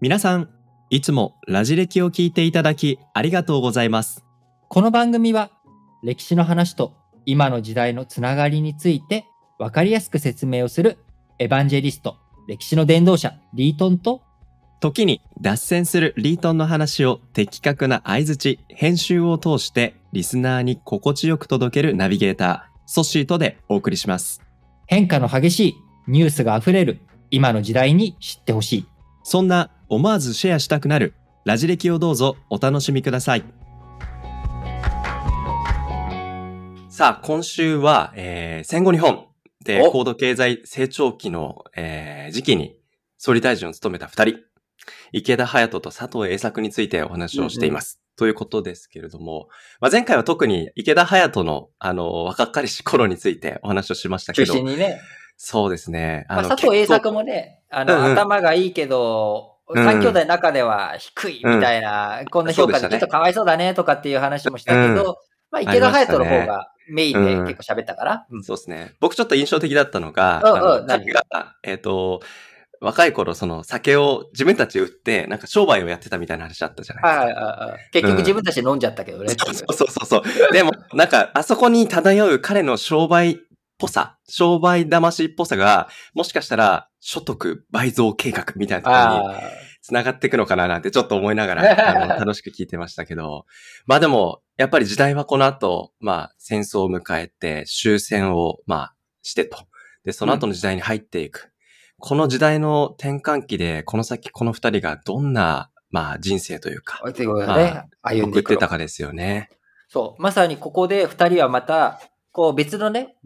皆さん、いつもラジ歴を聞いていただきありがとうございます。この番組は歴史の話と今の時代のつながりについて分かりやすく説明をするエヴァンジェリスト歴史の伝道者リートンと時に脱線するリートンの話を的確な相槌、編集を通してリスナーに心地よく届けるナビゲーター、ソシートでお送りします。変化の激しいニュースがあふれる今の時代に知ってほしいそんな思わずシェアしたくなるラジ歴をどうぞお楽しみください。さあ、今週は、えー戦後日本でお高度経済成長期の、えー時期に総理大臣を務めた二人、池田隼人と佐藤栄作についてお話をしています。ということですけれども、まあ、前回は特に池田隼人の、あの、若かりし頃についてお話をしましたけ中ど、心にね。そうですね。まあ、佐藤栄結構作もね、あの、うんうん頭がいいけど、んうん三兄弟の中では低いみたいな、こんなそ評価うでしたでねちょっとかわいそうだねとかっていう話もしたけど、うまあ、池田隼人のありま方したがメインで結構喋ったから、うんそうですね。僕ちょっと印象的だったのが、うんうんあの何彼が、えっ、と、若い頃、その酒を自分たちで売って、なんか商売をやってたみたいな話あったじゃないはいはいですか。はいはい結局自分たちで飲んじゃったけどね。 そうそうそうそう。でも、なんか、あそこに漂う彼の商売っぽさ、商売魂っぽさが、もしかしたら、所得倍増計画みたいなところにあ繋がっていくのかななんてちょっと思いながら、 あの楽しく聞いてましたけど。まあでも、やっぱり時代はこの後、まあ戦争を迎えて終戦を、まあしてと。で、その後の時代に入っていく。この時代の転換期で、この先この二人がどんな、まあ人生というか、あ、ということでね、ま歩ん送っでいくてのたかですよね。そう、まさにここで二人はまた、こう別のね、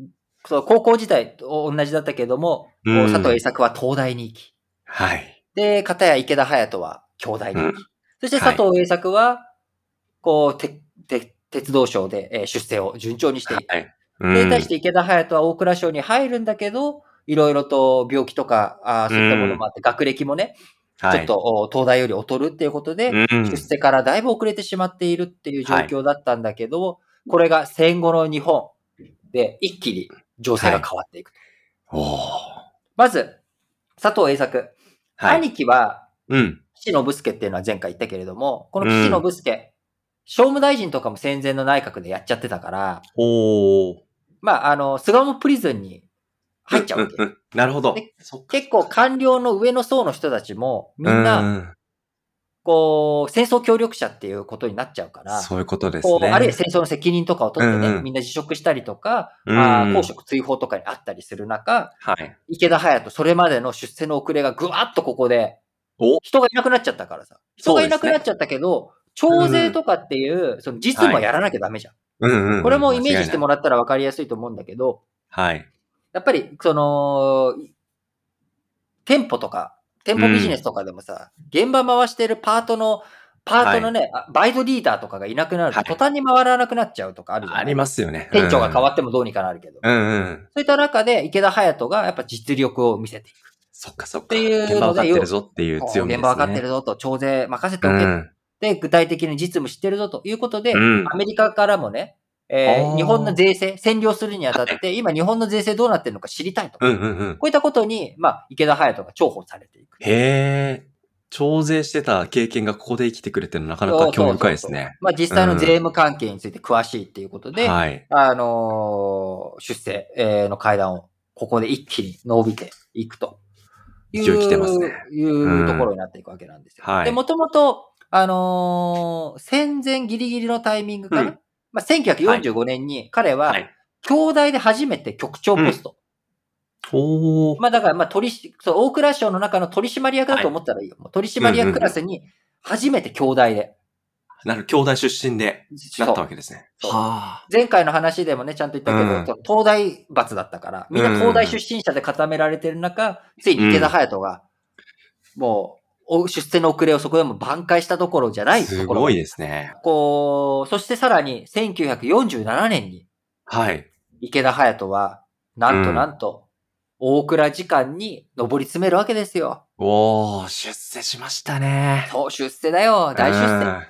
そう高校時代と同じだったけども、こううん佐藤栄作は東大に行き、はい。で、片や池田隼人は兄弟に行き、うんそして佐藤栄作は、こう、てて鉄道省でえー出世を順調にしていく。はい。で、対して池田隼人は大蔵省に入るんだけど、いろいろと病気とか、あーそういったものもあって、学歴もね、ちょちょっと、、お東大より劣るっていうことで、はいうん出世からだいぶ遅れてしまっているっていう状況だったんだけど、これが戦後の日本で一気に情勢が変わっていくと。おーまず、佐藤栄作、はい。兄貴はうん。岸信介っていうのは前回言ったけれども、この岸信介、商務大臣とかも戦前の内閣でやっちゃってたから、おーまあ、あの、菅野プリズンに入っちゃうわけ。んんんなるほど。でそっか結構官僚の上の層の人たちも、みんうな、んこう、戦争協力者っていうことになっちゃうから、そういうことですこうね。あるいは戦争の責任とかを取ってね、うんうんみんな辞職したりとか、うんあー公職追放とかにあったりする中、はい。池田隼人、それまでの出世の遅れがぐわっとここで、お人がいなくなっちゃったからさ。人がいなくなっちゃったけど、徴税とかっていう、その実務はやらなきゃダメじゃん。うんうんうんこれもイメージし間違いなていもらったら分かりやすいと思うんだけど、はい。やっぱり、その、店舗とか、店舗ビジネスとかでもさ、現場回してるパートの、パートのね、あバイトリーダーとかがいなくなるはと、い途端に回らなくなっちゃうとかあるじゃないありますよね。店長が変わっってもどうにかなるけど。うんうん。そういった中で、池田隼人がやっぱ実力を見せていく。そっかそっか。っていうので現場分かってるぞっていうもう強みですね。現場分かってるぞと、徴税任せてうおけっん。て、具体的に実務してるぞということで、うんアメリカからもね、えーあー日本の税制、占領するにあたって、今日本の税制どうなってるのか知りたいと。うんうんうん。こういったことに、まあ、池田隼人が重宝されていく。へえ。徴税してた経験がここで生きてくるっていうのはなかなか興味深いですそうそうそうね。まあ、実際の税務関係について詳しいっていうことで、はい。あのー出世えーの階段を、ここで一気に伸びていくという。勢い来てますねいうところになっていくわけなんですよ。はいで、もともと、あのー戦前ギリギリのタイミングから、うんまあ、1945年に彼は、はい。京大で初めて局長ポスト。おー。まあだから、まあ取りし、そう、大蔵省の中の取締役だと思ったらいいよ。もう取締役クラスに、初めて京大で。なる、兄弟出身でなったそうわけですね。そうはあ。前回の話でもね、ちゃんと言ったけど、うんそう東大罰だったから、みんな東大出身者で固められてる中、ついに池田隼人が、もう、お出世の遅れをそこでも挽回したどころじゃないとすころ。ごいですね。こう、そしてさらに、1947年に、はい。池田隼人は、なんとなんと、大蔵時間に上り詰めるわけですよ。おー、出世しましたね。そう、出世だよ。大出世。世。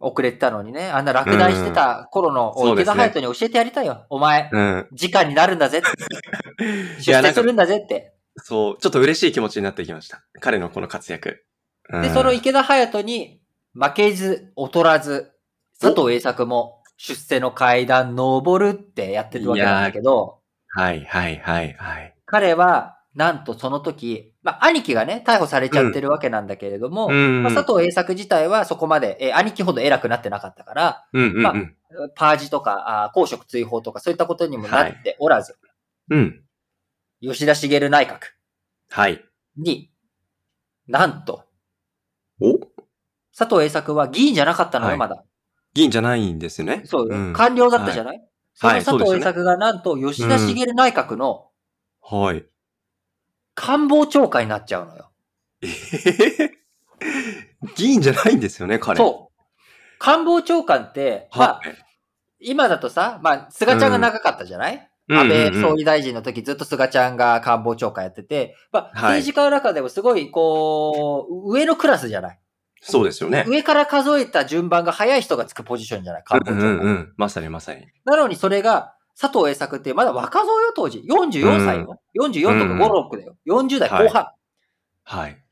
遅れてたのにね。あんな落第してた頃うのんそう池です田ね隼人に教えてやりたいよ。お前、うん。 時間になるんだぜ。い出や、な世んかするんだぜって。そう、ちょっと嬉しい気持ちになっていきました。彼のこの活躍。うんで、その池田隼人に負けず、劣らず、佐藤栄作も出世の階段登るってやってるわけなんだけど、はいはいはいはい。彼は、なんとその時、まあ、兄貴がね、逮捕されちゃってるわけなんだけれども、うんまあ、佐藤栄作自体はそこまで、えー兄貴ほど偉くなってなかったから、うんうんうん。まあパージとか、あー公職追放とかそういったことにもなっておらず、うん。吉田茂内閣はい。に、なんと、お佐藤栄作は議員じゃなかったのはよ、いまだ。議員じゃないんですね。そう、ん官僚だったじゃない、そのはい佐そうです藤よ栄ね作がなんと吉田茂内閣のはい。 官房長官になっちゃうのよ。えへへ議員じゃないんですよね、彼。そう。官房長官って、まあは、い。今だとさ、まあ、菅ちゃんが長かったじゃない、安倍総理大臣の時ずっと菅ちゃんが官房長官やってて、まあ、はい政治家の中でもすごい、こう、上のクラスじゃないそうですよね。上から数えた順番が早い人がつくポジションじゃない官房う長ん官。うんうん。まさにまさに。なのにそれが、佐藤栄作ってまだ若造よ、当時。44歳よ。44とかうん5、6だよ。40代後半。はい。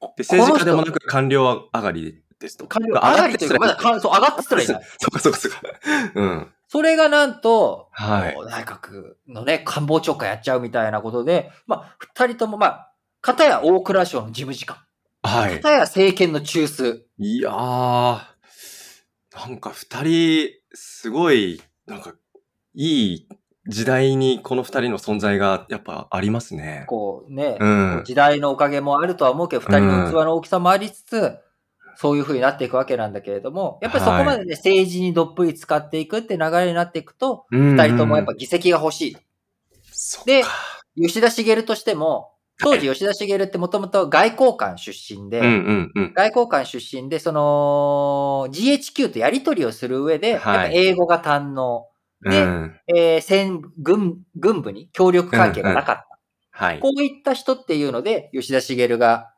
こで、政治家でもなこの人く官僚上がりですと。官僚上がりというか、まだかそう上がってすらいない。 そっかそっかそっか。うん。それがなんと、はいもう内閣のね、官房長官やっちゃうみたいなことで、まあ、二人とも、まあ、片や大蔵省の事務次官、は片や政権の中枢。い。いやー、なんか二人、すごい、なんか、いい時代にこの二人の存在がやっぱありますね。こうね、うん。時代のおかげもあるとは思うけど、二人の器の大きさもありつつ、そういう風になっていくわけなんだけれども、やっぱりそこまでね、政治にどっぷり使っていくって流れになっていくと、二二人ともやっぱ、議席が欲しい。で吉田茂としても、当時吉田茂ってもともと外交官出身で、うんうんうん。外交官出身で、その、GHQ とやり取りをする上で、はいやっぱ英語が堪能。でうんえー戦、軍、軍部に協力関係がなかった。はい。こういった人っていうので、吉田茂が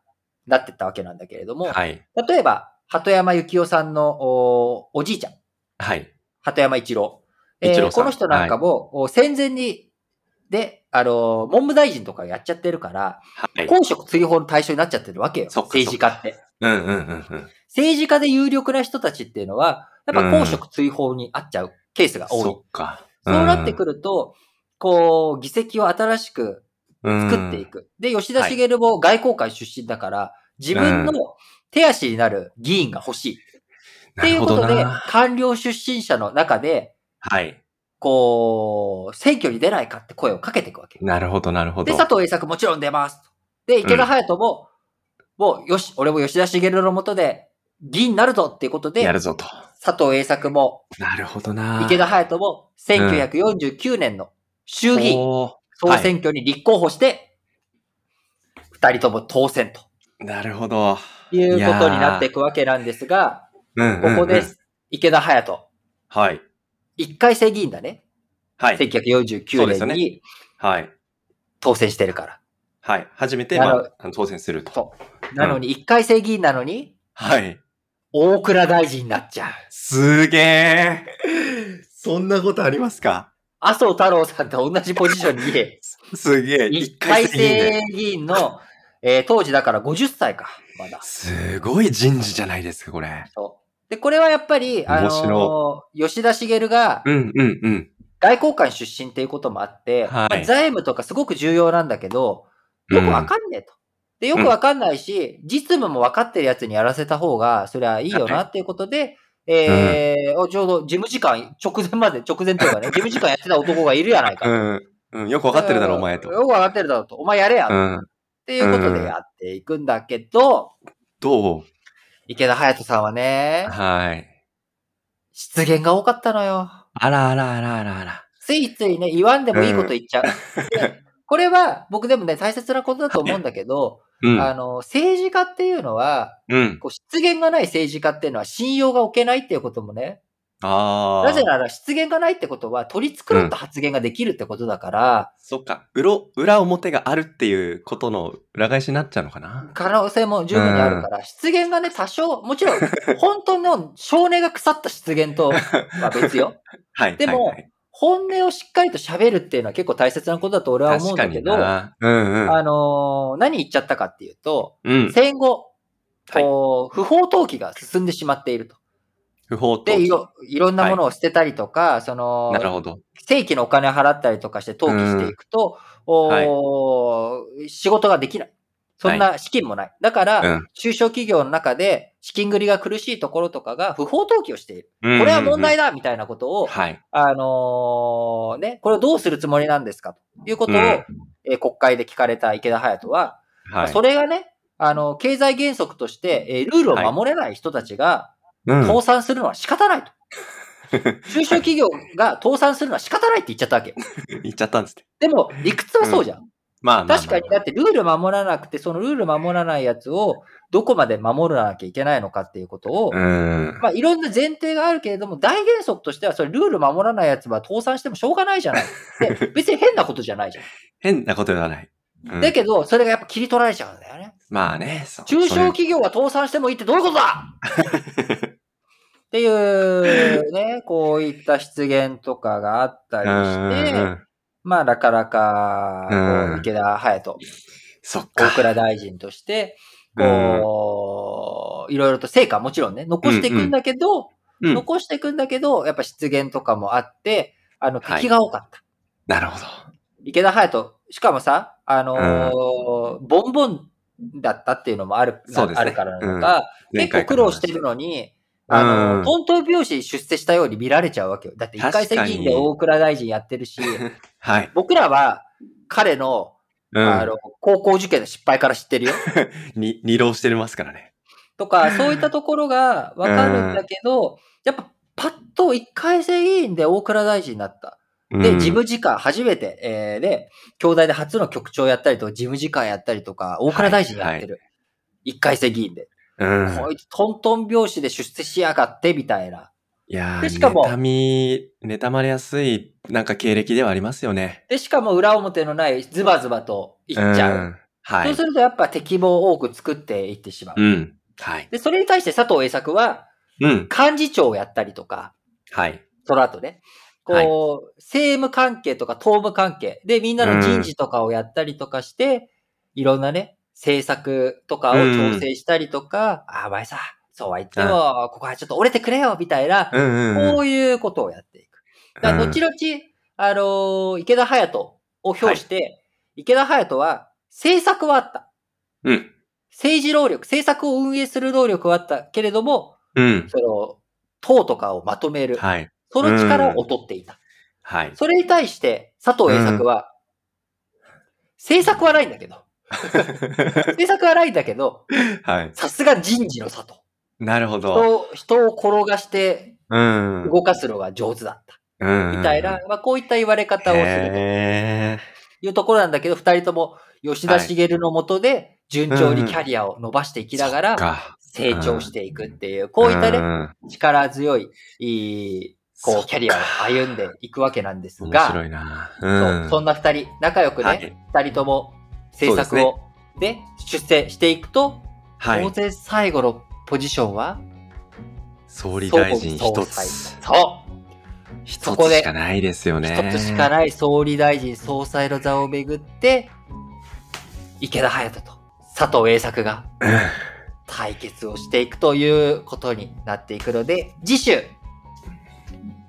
なってったわけなんだけれども、はい。例えば、鳩山幸夫さんのおおじいちゃん、はい。鳩山一郎。えー一郎さんこの人なんかも、お戦前に、で、あのー文部大臣とかやっちゃってるから、はい。公職追放の対象になっちゃってるわけよ。そっか政治家って。うんうんうんうん。政治家で有力な人たちっていうのは、やっぱ公職追放にあっちゃうケースが多い。そっか。そうなってくると、こう、議席を新しく作っていく。く。で、吉田茂も外交官出身だから、自分の手足になる議員が欲しい。っっていうことで、は官僚出身者の中で、い。こう、選挙に出ないかって声をかけていくわけ。なるほど、なるほで、ど。佐藤栄作もちろん出ます。で、池田隼人も、もう、よし、俺も吉田茂のもとで、議員になるぞっていうことで、やるぞと。佐藤栄作もなるほどな。池田隼人も1949年の衆議院お総選挙に立候補して、二人とも当選とーなるほど。いうことになっていくわけなんですが、うんうんこうんこです。池田隼人、はい。一回生議員だね。はい。そうです1949よ年にねはい。当選してるから。はい。初めて、なまるあ、あの当選すると。そう。なのに、一回生議員なのに、はい。大蔵大臣になっちゃう。すげえ。そんなことありますか、麻生太郎さんと同じポジションに すげえ。一回戦議員生で議員の、えー当時だから50歳か、まだ。すごい人事じゃないですか、これ。そう。で、これはやっぱり、あ面の白吉田茂がうんうんうん。外交官出身っていうこともあって、はいまあ財務とかすごく重要なんだけど、よくわかんねえと。で、よくわかんないし、実務もわかってるやつにやらせた方が、それはいいよなっていうことで、えーおちょうど事務次官、直前まで、直前という かね、事務次官やってた男がいるやないか。うん。うん。よくわかってるだろ、お前よと。くわかってるだろうと。お前やれや。うっん。ていうことでやっていくんだけど、どう池田隼人さんはね、はい。失言が多かったのよ。あらあらあらあらあら。ついついね、言わんでもいいこと言っちゃう。でこれは僕でもね、大切なことだと思うんだけど、うんあの、政治家っていうのは、うん。こう、失言がない政治家っていうのは信用が置けないっていうこともね、ああ。なぜなら失言がないってことは取り繕った発言ができるってことだから、そっか。裏、裏表があるっていうことの裏返しになっちゃうのかな可能性も十分にあるから、失言がね、多少、もちろん、 本当の少年が腐った失言とは別よ。 はい。でもはいはい本音をしっかりと喋るっていうのは結構大切なことだと俺は思確うんかだけにど、あな。うんうん。のー何言っちゃったかっていうと、うん。戦後、はいこう、不法投棄が進んでしまっていると。不法投で、い棄。ろ、いろんなものを捨てたりとか、そのな、るほど。正規のお金払ったりとかして投棄していくと、おー仕事ができない。そんな資金もない。だから、うん中小企業の中で資金繰りが苦しいところとかが不法投棄をしている。ここれは問題だみたいなことを、はい。あのーね、これをどうするつもりなんですかということを、うんえー国会で聞かれた池田隼人は、はい。それがね、あの、経済原則として、えールールを守れない人たちがうん倒産するのは仕 方ないと。中小企業が倒産するのは仕方ないって言っちゃったわけ。言っちゃったんですって。でも、理屈はそうじゃん。まあまあまあ確かに、だってルール守らなくて、そのルール守らないやつを、どこまで守らなきゃいけないのかっていうことを、うん。まあ、いろんな前提があるけれども、大原則としては、それルール守らないやつは倒産してもしょうがないじゃない。 で、別に変なことじゃないじゃん。変なことではない。うんだけど、それがやっぱ切り取られちゃうんだよね。まあね。そう中小そういう企業が倒産してもいいってどういうこと だっていう、ね、こういった失言とかがあったりして、うんうんうんまあ、なかなか、こううん池田隼人、そっ大か。倉大臣 として、こう、いろいろと成果はもちろんね、残していくんだけど、うん残していくんだけど、やっぱ失言とかもあって、あの、はい敵が多かった。なるほど。池田隼人、しかもさ、あのーボンボンだったっていうのもある、そうですねあるからなのか、前結構回から苦労の話してるのに、あのうんー、トントン拍子に出世したように見られちゃうわけよ。だって一回確戦かに議員で大倉大臣やってるし、はい。僕らは彼の、うんあの、高校受験の失敗から知ってるよ。に、二浪してますからね。とか、そういったところがわかるんだけど、やっぱパッと一回戦議員で大倉大臣になった。で、うん事務次官、初めて、えーで、兄弟で初の局長やったりとか、事務次官やったりとか、大倉大臣やってる。一回戦議員で。うんこいつ、トントン拍子で出世しやがって、みたいな。いやでー、しかも妬み、妬まれやすい、なんか経歴ではありますよね。で、しかも裏表のない、ズバズバといっちゃう。んはそういす。ると、やっぱ敵も多く作っていってしまう。うん。はい。で、それに対して佐藤栄作は、うん。幹事長をやったりとか、はい。その後ね。こう、はい政務関係とか党務関係でみんなの人事とかをやったりとかして、いろんなね、政策とかを調整したりとか、あ、お前さ、そうは言っても、ここはちょっと折れてくれよ、みたいな、うんうんうん。こういうことをやっていく。だから、うん後々、あのー池田隼人を評して、池田隼人は政策はあった。うん。政治労力、政策を運営する能力はあったけれども、うん。その、党とかをまとめる、はい。その力を劣っていた。 はい。それに対して、佐藤栄作は、政策はないんだけど、政策はないんだけど、はい。さすが人事の佐藤。なるほど。人を人を転がしてうん。動かすのが上手だっうんた。うんみたいな、まあこういった言われ方をするとへいうところなんだけど、二人とも吉田茂のもとで順調にキャリアを伸ばしていきながー。らか。成長していくっていう、こういったね、ね、力強い、いいこう、キャリアを歩んでいくわけなんです面が、白いな。そうそんな二人、仲良くはねい、二、人とも制作を、で出世していくと、はい当。然最後のポジションは、総理大臣総一理総裁つ。そう一そこつでしかないですよね。一つしかない総理大臣総裁の座をめぐって、池田隼人と佐藤栄作がうん対決をしていくということになっていくので、次週、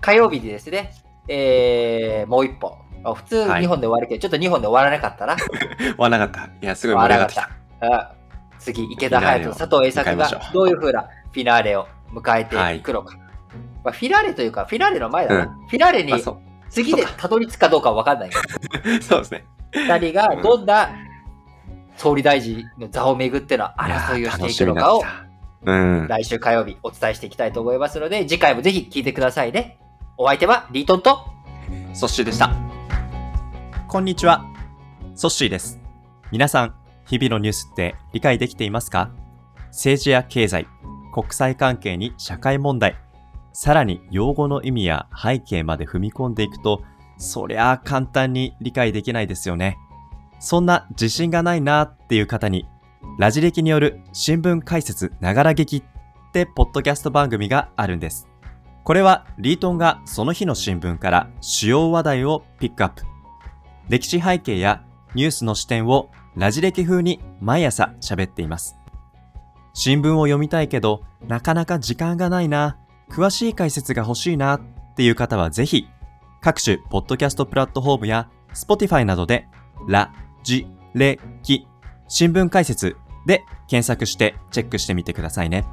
火曜日にですね、えー、もう一本。あ普通はい2本で終わるけど、ちょっと2本で終わらなかったな。わなかった。いや、すごい盛り上がってきた。あ次、池田隼人、フィナーレを佐藤栄作迎えましょがうどういうふうなフィナーレを迎えていくのか。まあ、フィナーレというか、フィナーレの前だな。うんフィナーレにあ、そ次でたどり着くかどうかわかんないけど、う。そうですね。二人がどんな総理大臣の座をめぐっての争いをしていくのかをいやー。楽しみになってきた来週火曜日お伝えしていきたいと思いますので、次回もぜひ聞いてくださいね。お相手はリートンとうん。ソッシーでした。こんにちは。ソッシーです。皆さん、日々のニュースって理解できていますか政治や経済、国際関係に社会問題、さらに用語の意味や背景まで踏み込んでいくと、そりゃあ簡単に理解できないですよね。そんな自信がないなっていう方に、ラジ歴による新聞解説ながら劇ってポッドキャスト番組があるんです。これはリートンがその日の新聞から主要話題をピックアップ。歴史背景やニュースの視点をラジ歴風に毎朝喋っています。新聞を読みたいけど、なかなか時間がないな、詳しい解説が欲しいなっていう方はぜひ、各種ポッドキャストプラットフォームや Spotify などで、ラ、ジ、レ、キ、新聞解説で検索してチェックしてみてくださいね。